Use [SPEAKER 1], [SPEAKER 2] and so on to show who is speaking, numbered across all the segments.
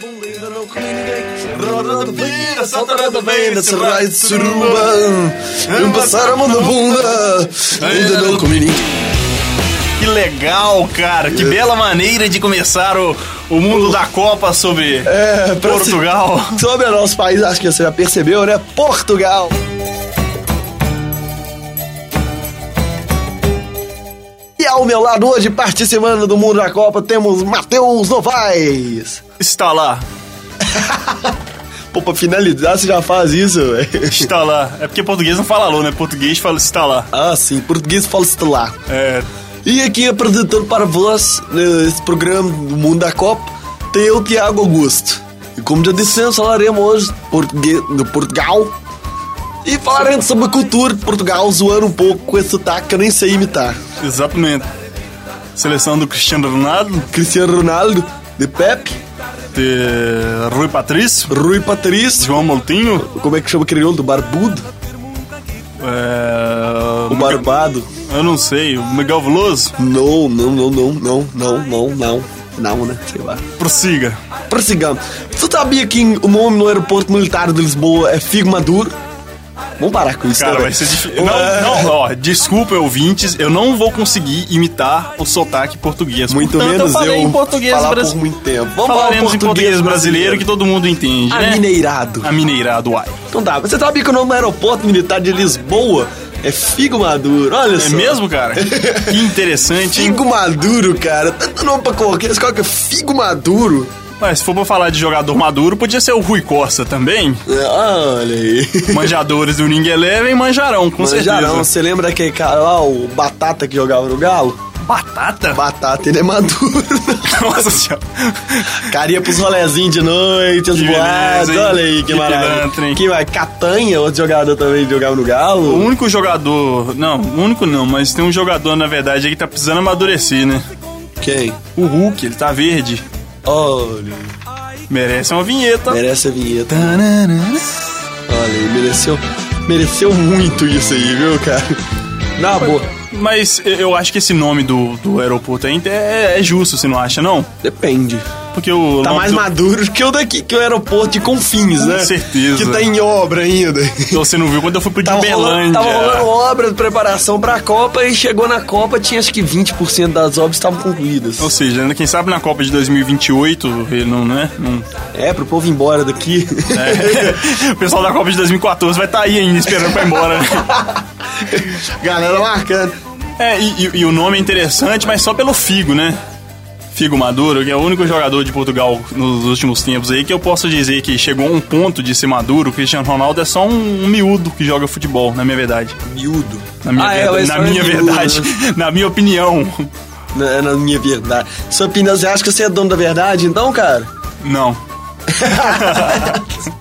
[SPEAKER 1] Bolinda não corri ninguém. Roda de beira, saltará da beira, serrai de suruba. Me passaram Um a mão na bunda. Ainda não comi ninguém.
[SPEAKER 2] Que legal, cara.
[SPEAKER 1] É.
[SPEAKER 2] Que bela maneira de começar o, o mundo da Copa sobre
[SPEAKER 1] É, pra se-
[SPEAKER 2] Portugal.
[SPEAKER 1] Sobre o nosso país, acho que você já percebeu, né? Portugal. E ao meu lado hoje, participando do Mundo da Copa, temos Matheus Novaes.
[SPEAKER 2] Está lá,
[SPEAKER 1] Pô, pra finalizar, você já faz isso, velho.
[SPEAKER 2] está lá. É porque português não fala alô, né? Português fala está lá.
[SPEAKER 1] Ah, sim, português fala lá.
[SPEAKER 2] É,
[SPEAKER 1] E aqui apresentando para vós eh, esse programa do Mundo da Copa, tem eu, Tiago Augusto. E como já dissemos, falaremos hoje português, de Portugal e falaremos sobre a cultura de Portugal, zoando um pouco com esse sotaque que eu nem sei imitar.
[SPEAKER 2] exatamente. Seleção do Cristiano Ronaldo,
[SPEAKER 1] Cristiano Ronaldo, de Pepe,
[SPEAKER 2] de Rui Patrício,
[SPEAKER 1] Rui Patrício,
[SPEAKER 2] João Moutinho,
[SPEAKER 1] como é que chama aquele outro? Do Barbudo?
[SPEAKER 2] é,
[SPEAKER 1] O Barbado?
[SPEAKER 2] eu não sei, o Miguel Veloso,
[SPEAKER 1] Não, não, não, não, não, não, não, não, não, né? Sei lá.
[SPEAKER 2] prossiga.
[SPEAKER 1] Prossigamos. Tu tá sabia que o nome um no aeroporto militar de Lisboa é Figo Maduro? Vamos parar com isso,
[SPEAKER 2] Cara,
[SPEAKER 1] né,
[SPEAKER 2] vai
[SPEAKER 1] velho?
[SPEAKER 2] ser difícil. É. Não, não, ó, desculpa, ouvintes, eu não vou conseguir imitar o sotaque português.
[SPEAKER 1] Muito
[SPEAKER 2] Portanto,
[SPEAKER 1] menos
[SPEAKER 2] eu falei em português
[SPEAKER 1] falar
[SPEAKER 2] brasi-
[SPEAKER 1] por muito tempo. Vamos
[SPEAKER 2] Falaremos
[SPEAKER 1] falar
[SPEAKER 2] em português brasileiro que todo mundo entende, né?
[SPEAKER 1] Ah, Mineirado.
[SPEAKER 2] Amineirado, uai.
[SPEAKER 1] Então tá, você sabia que o nome do aeroporto militar de Lisboa é Figo Maduro? Olha
[SPEAKER 2] É
[SPEAKER 1] só.
[SPEAKER 2] mesmo, cara? Que interessante, hein?
[SPEAKER 1] Figo Maduro, cara. Tanto nome pra qualquer escola que é Figo Maduro.
[SPEAKER 2] Mas se for pra falar de jogador maduro, podia ser o Rui Costa também.
[SPEAKER 1] É, Olha aí.
[SPEAKER 2] Manjadores do Ning Eleven manjarão, com
[SPEAKER 1] Manjarão,
[SPEAKER 2] certeza.
[SPEAKER 1] você lembra aquele cara lá, o Batata que jogava no Galo?
[SPEAKER 2] Batata?
[SPEAKER 1] Batata, ele é maduro.
[SPEAKER 2] Nossa senhora.
[SPEAKER 1] Cara, ia pros rolezinhos de noite, as
[SPEAKER 2] Que
[SPEAKER 1] boadas,
[SPEAKER 2] beleza, hein?
[SPEAKER 1] olha aí que,
[SPEAKER 2] Que
[SPEAKER 1] maravilha.
[SPEAKER 2] pilantra, hein? Um.
[SPEAKER 1] Que vai, Catanha, outro jogador também jogava no
[SPEAKER 2] O
[SPEAKER 1] Galo.
[SPEAKER 2] único jogador. Não, o único não, mas tem um jogador, na verdade, aí que tá precisando amadurecer, né?
[SPEAKER 1] Quem?
[SPEAKER 2] O Hulk, ele tá verde.
[SPEAKER 1] Olha,
[SPEAKER 2] Merece uma vinheta.
[SPEAKER 1] merece a vinheta. Olha aí, mereceu, mereceu muito isso aí, viu, cara? Na boa,
[SPEAKER 2] Mas eu acho que esse nome do, do aeroporto aí é, é justo, você não acha, não?
[SPEAKER 1] depende.
[SPEAKER 2] Porque o.
[SPEAKER 1] Tá
[SPEAKER 2] nome
[SPEAKER 1] mais
[SPEAKER 2] do-
[SPEAKER 1] maduro que o daqui, que o aeroporto de Confins, né?
[SPEAKER 2] certeza.
[SPEAKER 1] Que tá em obra ainda.
[SPEAKER 2] Você não viu quando eu fui pro de
[SPEAKER 1] Tava rolando,
[SPEAKER 2] Belândia.
[SPEAKER 1] tava rolando obra de preparação pra Copa e chegou na Copa, tinha acho que 20% das obras estavam concluídas.
[SPEAKER 2] Ou seja, né, quem sabe na Copa de 2028, ele não, né? Não-
[SPEAKER 1] É, pro povo ir embora daqui.
[SPEAKER 2] é. o pessoal da Copa de 2014 vai estar aí ainda esperando pra ir embora. né?
[SPEAKER 1] Galera marcando.
[SPEAKER 2] É, e, e- e o nome é interessante, mas só pelo Figo, né? Figo Maduro, que é o único jogador de Portugal nos últimos tempos aí que eu posso dizer que chegou a um ponto de ser maduro. O Cristiano Ronaldo é só um, um miúdo que joga futebol, na minha verdade.
[SPEAKER 1] Miúdo.
[SPEAKER 2] Na minha,
[SPEAKER 1] Ah, é,
[SPEAKER 2] verda-
[SPEAKER 1] mas
[SPEAKER 2] na
[SPEAKER 1] só é
[SPEAKER 2] minha
[SPEAKER 1] miúdo,
[SPEAKER 2] verdade,
[SPEAKER 1] né?
[SPEAKER 2] na minha opinião.
[SPEAKER 1] Na, na minha verdade. Sua opinião, você acha que você é dono da verdade, então, cara?
[SPEAKER 2] Não.
[SPEAKER 1] Deixa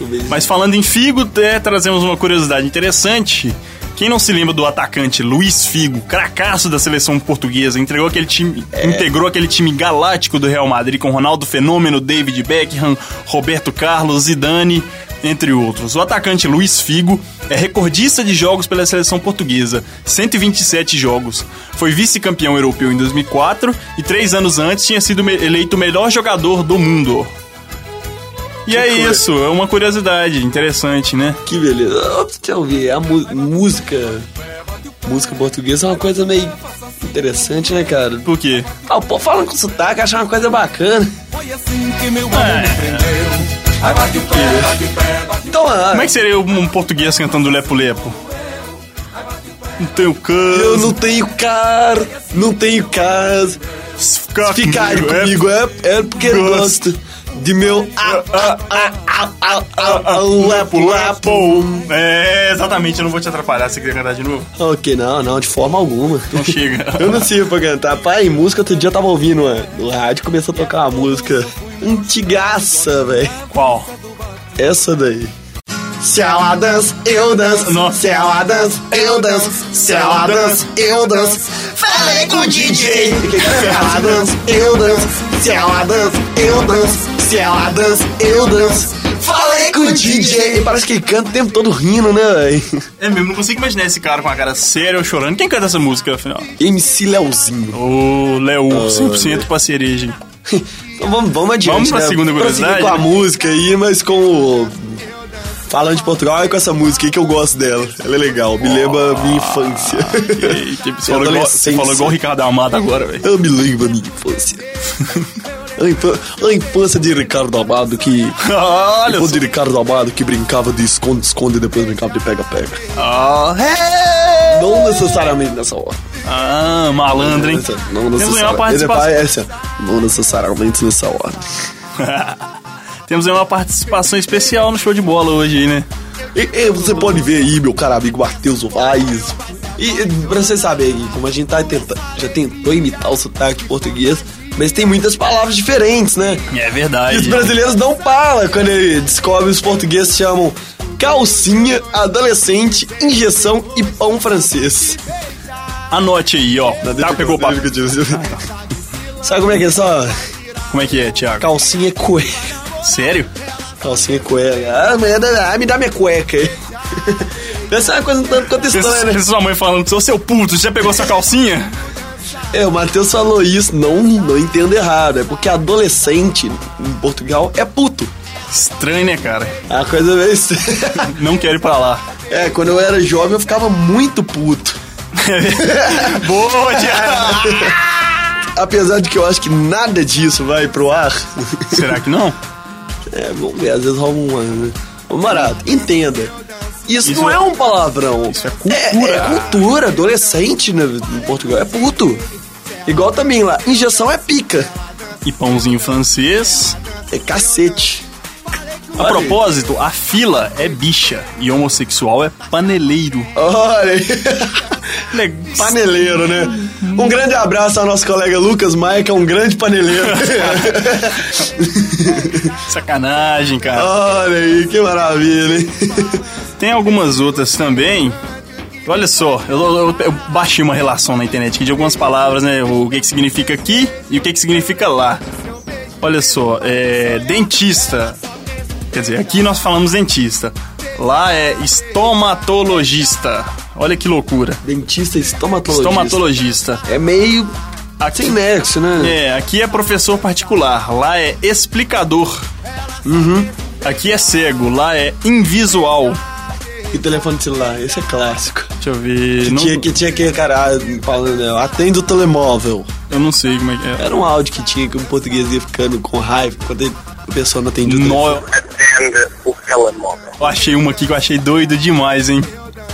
[SPEAKER 1] eu ver.
[SPEAKER 2] Mas falando em Figo, é, trazemos uma curiosidade interessante. Quem não se lembra do atacante Luiz Figo, cracaço da seleção portuguesa, entregou aquele time, integrou aquele time galáctico do Real Madrid com Ronaldo Fenômeno, David Beckham, Roberto Carlos, Zidane, entre outros. O atacante Luiz Figo é recordista de jogos pela seleção portuguesa, 127 jogos. Foi vice-campeão europeu em 2004 e três anos antes tinha sido me- eleito o melhor jogador do mundo. E é
[SPEAKER 1] coisa.
[SPEAKER 2] isso, é uma curiosidade interessante, né?
[SPEAKER 1] Que beleza. Ó, Deixa eu ver. A mu- música. Música portuguesa é uma coisa meio interessante, né, cara?
[SPEAKER 2] Por quê?
[SPEAKER 1] Ah, o povo falando com sotaque, achar uma coisa bacana.
[SPEAKER 2] É,
[SPEAKER 1] Então, ah,
[SPEAKER 2] Como é que seria um português cantando lepo-lepo? Não tenho
[SPEAKER 1] eu
[SPEAKER 2] canso,
[SPEAKER 1] não tenho cara, não tenho casa.
[SPEAKER 2] ficar
[SPEAKER 1] Ficar
[SPEAKER 2] comigo, é-
[SPEAKER 1] comigo é, é porque
[SPEAKER 2] Gosto.
[SPEAKER 1] gosto de meu. Ah, ah, ah, ah, ah, ah, ah, lepo, lepo.
[SPEAKER 2] É, exatamente, eu não vou te atrapalhar. Você quer cantar de novo?
[SPEAKER 1] Ok, não, não, de forma alguma.
[SPEAKER 2] Não chega.
[SPEAKER 1] Eu não sirvo pra cantar. Pai, música, outro dia eu tava ouvindo uma, no rádio, começou a tocar uma música antigaça, velho.
[SPEAKER 2] Qual?
[SPEAKER 1] Essa daí. Se ela dança, eu danço.
[SPEAKER 2] Nossa.
[SPEAKER 1] Se ela dança, eu danço. Se ela dança, eu danço. Falei com o DJ. Se ela dança, eu danço. Se ela dança, eu danço. Se ela dança, eu danço. Falei com o DJ. Parece que ele canta o tempo todo rindo, né, velho?
[SPEAKER 2] É mesmo, não consigo imaginar esse cara com a cara séria ou chorando. Quem canta essa música, afinal?
[SPEAKER 1] MC Leozinho.
[SPEAKER 2] O Léo, 100% pra cereja.
[SPEAKER 1] Então vamos, vamos adiante.
[SPEAKER 2] Vamos pra
[SPEAKER 1] né?
[SPEAKER 2] segunda
[SPEAKER 1] Prosseguir
[SPEAKER 2] curiosidade,
[SPEAKER 1] com
[SPEAKER 2] né?
[SPEAKER 1] a música aí, mas com o. Falando de Portugal e com essa música aí que eu gosto dela. Ela é legal, me lembra a minha infância.
[SPEAKER 2] E, tipo, você falou, igual, você
[SPEAKER 1] Adolescência.
[SPEAKER 2] falou igual o Ricardo Amado agora, velho.
[SPEAKER 1] Eu me lembro da minha infância. A infância, a infância de Ricardo Amado que.
[SPEAKER 2] Olha
[SPEAKER 1] Olha
[SPEAKER 2] só.
[SPEAKER 1] de Ricardo Amado que brincava de esconde-esconde e depois brincava de pega-pega.
[SPEAKER 2] Ah,
[SPEAKER 1] Não necessariamente nessa hora.
[SPEAKER 2] Ah, malandro, hein?
[SPEAKER 1] Não
[SPEAKER 2] Temos aí uma
[SPEAKER 1] necessariamente. Ele
[SPEAKER 2] participação.
[SPEAKER 1] vai- essa- Não necessariamente nessa hora.
[SPEAKER 2] Temos aí uma participação especial no show de bola hoje, né?
[SPEAKER 1] E, e você pode ver aí, meu cara amigo Matheus Vaz. E e pra você saber aí, como a gente tá tentando, já tentou imitar o sotaque português, mas tem muitas palavras diferentes, né?
[SPEAKER 2] É
[SPEAKER 1] E os
[SPEAKER 2] verdade.
[SPEAKER 1] brasileiros não param quando ele descobre os portugueses chamam calcinha, adolescente, injeção e pão francês.
[SPEAKER 2] Anote aí, ó. Tá, pegou o papo. Ah, então.
[SPEAKER 1] Sabe como é que é só?
[SPEAKER 2] Como é que é, Thiago?
[SPEAKER 1] Calcinha cueca.
[SPEAKER 2] Sério?
[SPEAKER 1] Calcinha cueca. Ah, me dá- ah, me dá minha cueca aí. Essa é uma coisa um tanto quanto estranha, né?
[SPEAKER 2] Pensa sua mãe falando, seu, seu puto, você já pegou sua calcinha?
[SPEAKER 1] É, o Matheus falou isso, não, não entendo errado. É porque adolescente em Portugal é puto.
[SPEAKER 2] Estranho, né, cara?
[SPEAKER 1] É uma coisa meio estranha.
[SPEAKER 2] Não quero ir pra lá.
[SPEAKER 1] É, quando eu era jovem eu ficava muito puto.
[SPEAKER 2] Boa, Thiago!
[SPEAKER 1] Apesar de que eu acho que nada disso vai pro ar.
[SPEAKER 2] Será que não?
[SPEAKER 1] É, vamos ver, às vezes rola um ano, né? Ô, Marato, entenda. Isso,
[SPEAKER 2] Isso
[SPEAKER 1] não é,
[SPEAKER 2] é-
[SPEAKER 1] um palavrão.
[SPEAKER 2] isso é cultura.
[SPEAKER 1] É, é cultura, adolescente né, em Portugal é puto. Igual também lá, injeção é pica,
[SPEAKER 2] E pãozinho francês.
[SPEAKER 1] é cacete.
[SPEAKER 2] A propósito, a fila é bicha e homossexual é paneleiro.
[SPEAKER 1] Olha aí.
[SPEAKER 2] Pane-
[SPEAKER 1] Paneleiro, né? Um grande abraço ao nosso colega Lucas Maia, que é um grande paneleiro.
[SPEAKER 2] Sacanagem, cara.
[SPEAKER 1] Olha aí, que maravilha, hein?
[SPEAKER 2] Tem algumas outras também. Olha só, eu, eu- eu baixei uma relação na internet aqui de algumas palavras, né? O que, que significa aqui e o que, que significa lá. Olha só, é, dentista. Quer dizer, aqui nós falamos dentista. Lá é estomatologista. Olha que loucura.
[SPEAKER 1] Dentista estomatologista.
[SPEAKER 2] Estomatologista.
[SPEAKER 1] É meio
[SPEAKER 2] Aqui,
[SPEAKER 1] sem nexo, né?
[SPEAKER 2] é, aqui é professor particular, lá é explicador.
[SPEAKER 1] Uhum.
[SPEAKER 2] Aqui é cego, lá é invisual.
[SPEAKER 1] E telefone celular, esse é clássico.
[SPEAKER 2] Deixa eu ver. não-
[SPEAKER 1] Tinha que, tinha que, cara, falando, né, atende o telemóvel.
[SPEAKER 2] Eu não sei como é que é.
[SPEAKER 1] Era um áudio que tinha que um português ia ficando com raiva quando ele- a pessoa não atendia o telefone.
[SPEAKER 2] No,
[SPEAKER 3] atende o telemóvel.
[SPEAKER 2] eu achei uma aqui que eu achei doida demais, hein?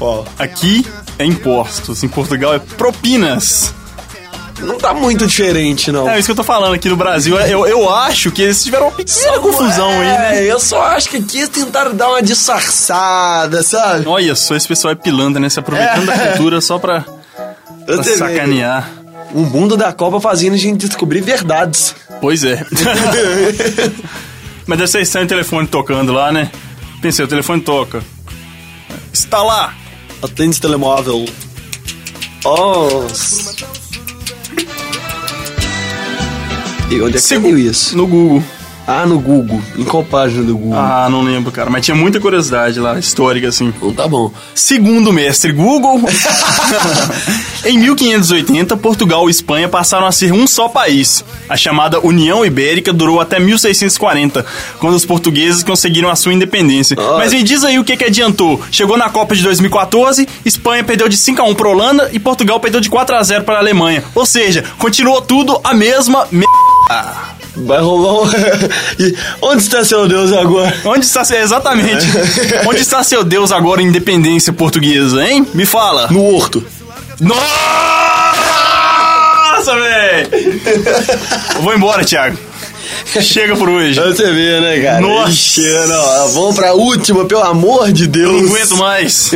[SPEAKER 1] Ó,
[SPEAKER 2] Aqui é impostos, em Portugal é propinas.
[SPEAKER 1] Não tá muito diferente, não.
[SPEAKER 2] É isso que eu tô falando aqui no Brasil. é, Eu, eu acho que eles tiveram é uma pequena confusão aí, né?
[SPEAKER 1] É, eu só acho que aqui eles tentaram dar uma disfarçada, sabe?
[SPEAKER 2] Olha só, esse pessoal é pilantra, né? Se aproveitando
[SPEAKER 1] É.
[SPEAKER 2] da cultura só pra, pra
[SPEAKER 1] Você vê,
[SPEAKER 2] sacanear.
[SPEAKER 1] O mundo Um da Copa fazendo a gente descobrir verdades.
[SPEAKER 2] Pois é. Mas deve ser estranho o telefone tocando lá, né? Pensei, o telefone toca. Está lá!
[SPEAKER 1] Atende o telemóvel. Oh. E onde é que você
[SPEAKER 2] Segu-
[SPEAKER 1] viu isso?
[SPEAKER 2] No Google.
[SPEAKER 1] Ah, no Google. Em qual página do Google?
[SPEAKER 2] Ah, não lembro, cara. Mas tinha muita curiosidade lá, histórica, assim.
[SPEAKER 1] Então tá bom.
[SPEAKER 2] Segundo o mestre Google, em 1580, Portugal e Espanha passaram a ser um só país. A chamada União Ibérica durou até 1640, quando os portugueses conseguiram a sua independência.
[SPEAKER 1] Olha.
[SPEAKER 2] Mas me diz aí o que, que adiantou. Chegou na Copa de 2014, Espanha perdeu de 5 a 1 para Holanda e Portugal perdeu de 4 a 0 para a Alemanha. Ou seja, continuou tudo a mesma merda.
[SPEAKER 1] Vai rolar um... E onde está seu Deus agora?
[SPEAKER 2] Onde está seu... Exatamente. Onde está seu Deus agora, independência portuguesa, hein? Me fala.
[SPEAKER 1] No horto.
[SPEAKER 2] Nossa, velho! Eu Vou embora, Thiago. Chega por hoje.
[SPEAKER 1] Pra Você vê, né, cara?
[SPEAKER 2] Nossa.
[SPEAKER 1] Ixi, não, vamos pra última, pelo amor de Deus.
[SPEAKER 2] Eu não aguento mais.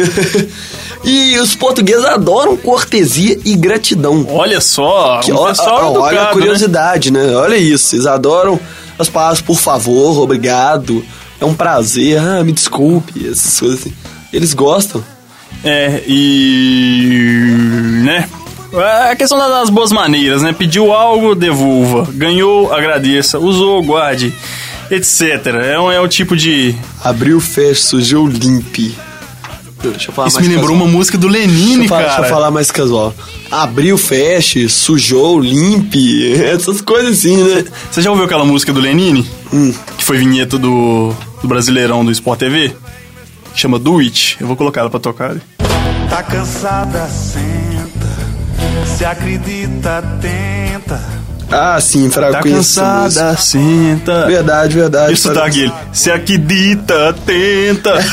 [SPEAKER 1] E os portugueses adoram cortesia e gratidão.
[SPEAKER 2] Olha só,
[SPEAKER 1] Que
[SPEAKER 2] um
[SPEAKER 1] ó-
[SPEAKER 2] pessoal
[SPEAKER 1] ó- olha a
[SPEAKER 2] educado, né?
[SPEAKER 1] curiosidade, né? Olha isso, eles adoram as palavras por favor, obrigado, é um prazer, ah, me desculpe, essas coisas assim. Eles gostam.
[SPEAKER 2] É, e... né? É a questão da- das boas maneiras, né? Pediu algo, devolva. Ganhou, agradeça. Usou, guarde. Etc. É um, é um tipo de...
[SPEAKER 1] Abriu, fecha, sujou, limpe. Deixa eu falar
[SPEAKER 2] Isso
[SPEAKER 1] Tá
[SPEAKER 2] me
[SPEAKER 1] mais
[SPEAKER 2] lembrou uma
[SPEAKER 1] casual.
[SPEAKER 2] música do Lenine,
[SPEAKER 1] Deixa eu, falar,
[SPEAKER 2] cara.
[SPEAKER 1] deixa eu falar mais casual. Abriu, feche, sujou, limpe, essas coisas assim, né?
[SPEAKER 2] Você já ouviu aquela música do Lenine?
[SPEAKER 1] Hum.
[SPEAKER 2] Que foi vinheta do, do Brasileirão do Sport TV? Que Chama Do It. Eu vou colocar ela pra tocar.
[SPEAKER 4] Tá cansada, senta. Se acredita, tenta.
[SPEAKER 1] Ah, sim, fraco
[SPEAKER 2] Tá
[SPEAKER 1] conheço essa música.
[SPEAKER 2] cansada, senta.
[SPEAKER 1] Verdade, verdade.
[SPEAKER 2] Isso
[SPEAKER 1] Pra-
[SPEAKER 2] tá aquele. Se acredita, tenta.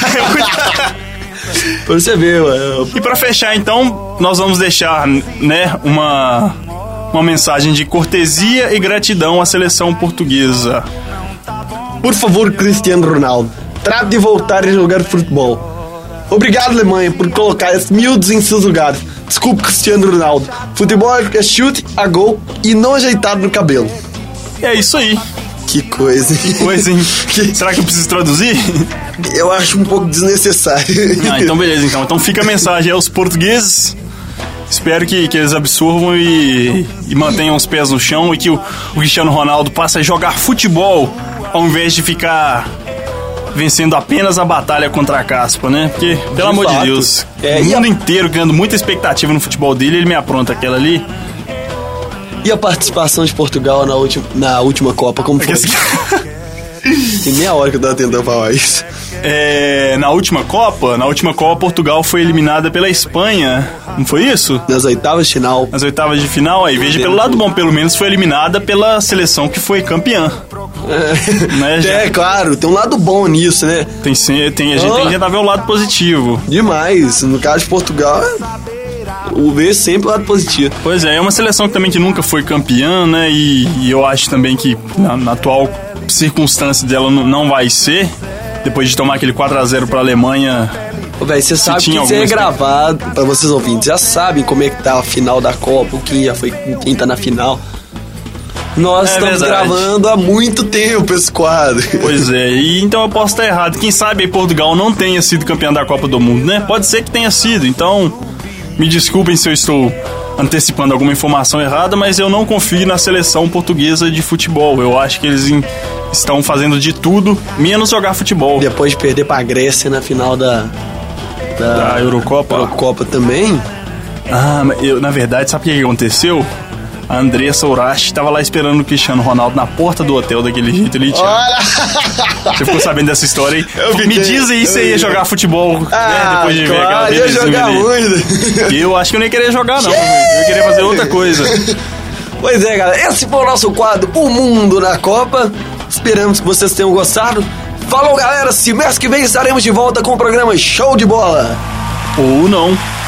[SPEAKER 1] Pra você ver, ué.
[SPEAKER 2] e pra fechar, então, nós vamos deixar, né, uma, uma mensagem de cortesia e gratidão à seleção portuguesa.
[SPEAKER 1] Por favor, Cristiano Ronaldo, trate de voltar a jogar futebol. Obrigado, Alemanha, por colocar esses miúdos em seus lugares. Desculpe, Cristiano Ronaldo. Futebol é chute, a gol e não ajeitado no cabelo.
[SPEAKER 2] E é isso aí.
[SPEAKER 1] Que coisa, hein?
[SPEAKER 2] Pois, hein?
[SPEAKER 1] Que-
[SPEAKER 2] Será que eu preciso traduzir?
[SPEAKER 1] Eu acho um pouco desnecessário.
[SPEAKER 2] Ah, então beleza, então. Então fica a mensagem aos portugueses. Espero que, que eles absorvam e, e mantenham os pés no chão e que o, o Cristiano Ronaldo passe a jogar futebol ao invés de ficar vencendo apenas a batalha contra a caspa, né? Porque, pelo amor
[SPEAKER 1] fato.
[SPEAKER 2] de Deus,
[SPEAKER 1] É,
[SPEAKER 2] o
[SPEAKER 1] e a-
[SPEAKER 2] mundo inteiro criando muita expectativa no futebol dele, ele me apronta aquela ali.
[SPEAKER 1] E a participação de Portugal na última, na última Copa, como foi? Tem meia hora que eu tava tentando falar isso.
[SPEAKER 2] É, na última Copa, na última Copa, Portugal foi eliminada pela Espanha. Não foi isso?
[SPEAKER 1] Nas oitavas de final,
[SPEAKER 2] Nas oitavas de final, aí veja pelo lado bom, pelo menos foi eliminada pela seleção que foi campeã. Né, já?
[SPEAKER 1] É, claro, tem um lado bom nisso, né?
[SPEAKER 2] Tem, se- tem- a gente
[SPEAKER 1] Oh.
[SPEAKER 2] tem que tentar ver o lado positivo.
[SPEAKER 1] Demais. No caso de Portugal, o ver sempre o lado positivo.
[SPEAKER 2] Pois é, é uma seleção que também que nunca foi campeã, né? E, e eu acho também que na, na atual circunstância dela não, não vai ser. Depois de tomar aquele 4x0 pra Alemanha.
[SPEAKER 1] Ô, Véi, você sabe que
[SPEAKER 2] tinha né?
[SPEAKER 1] isso aí é
[SPEAKER 2] alguma
[SPEAKER 1] gravado pra vocês ouvintes. Já sabem como é que tá a final da Copa, quem já foi, quem tá na final. Nós
[SPEAKER 2] É
[SPEAKER 1] estamos
[SPEAKER 2] verdade.
[SPEAKER 1] gravando há muito tempo esse quadro.
[SPEAKER 2] Pois é, e então eu posso estar errado. Quem sabe aí Portugal não tenha sido campeã da Copa do Mundo, né? Pode ser que tenha sido, então me desculpem se eu estou antecipando alguma informação errada, mas eu não confio na seleção portuguesa de futebol. Eu acho que eles em- estão fazendo de tudo, menos jogar futebol.
[SPEAKER 1] Depois de perder pra Grécia na final da, da,
[SPEAKER 2] Da Eurocopa.
[SPEAKER 1] Eurocopa também.
[SPEAKER 2] Ah, mas eu, na verdade, sabe o que que aconteceu? A Andressa Urashi tava lá esperando o Cristiano Ronaldo na porta do hotel daquele jeito ali, Thiago. Você ficou sabendo dessa história aí?
[SPEAKER 1] fiquei.
[SPEAKER 2] Me diz aí se você ia jogar futebol, né? Depois de ver aquela
[SPEAKER 1] claro, Ah, ia
[SPEAKER 2] belezinha
[SPEAKER 1] jogar
[SPEAKER 2] ali.
[SPEAKER 1] muito.
[SPEAKER 2] Eu acho que eu nem queria jogar, não. Eu queria fazer outra coisa.
[SPEAKER 1] Pois é, galera. Esse foi o nosso quadro O Mundo na Copa. Esperamos que vocês tenham gostado. Falou, galera. Semestre que vem estaremos de volta com o programa Show de Bola.
[SPEAKER 2] Ou não.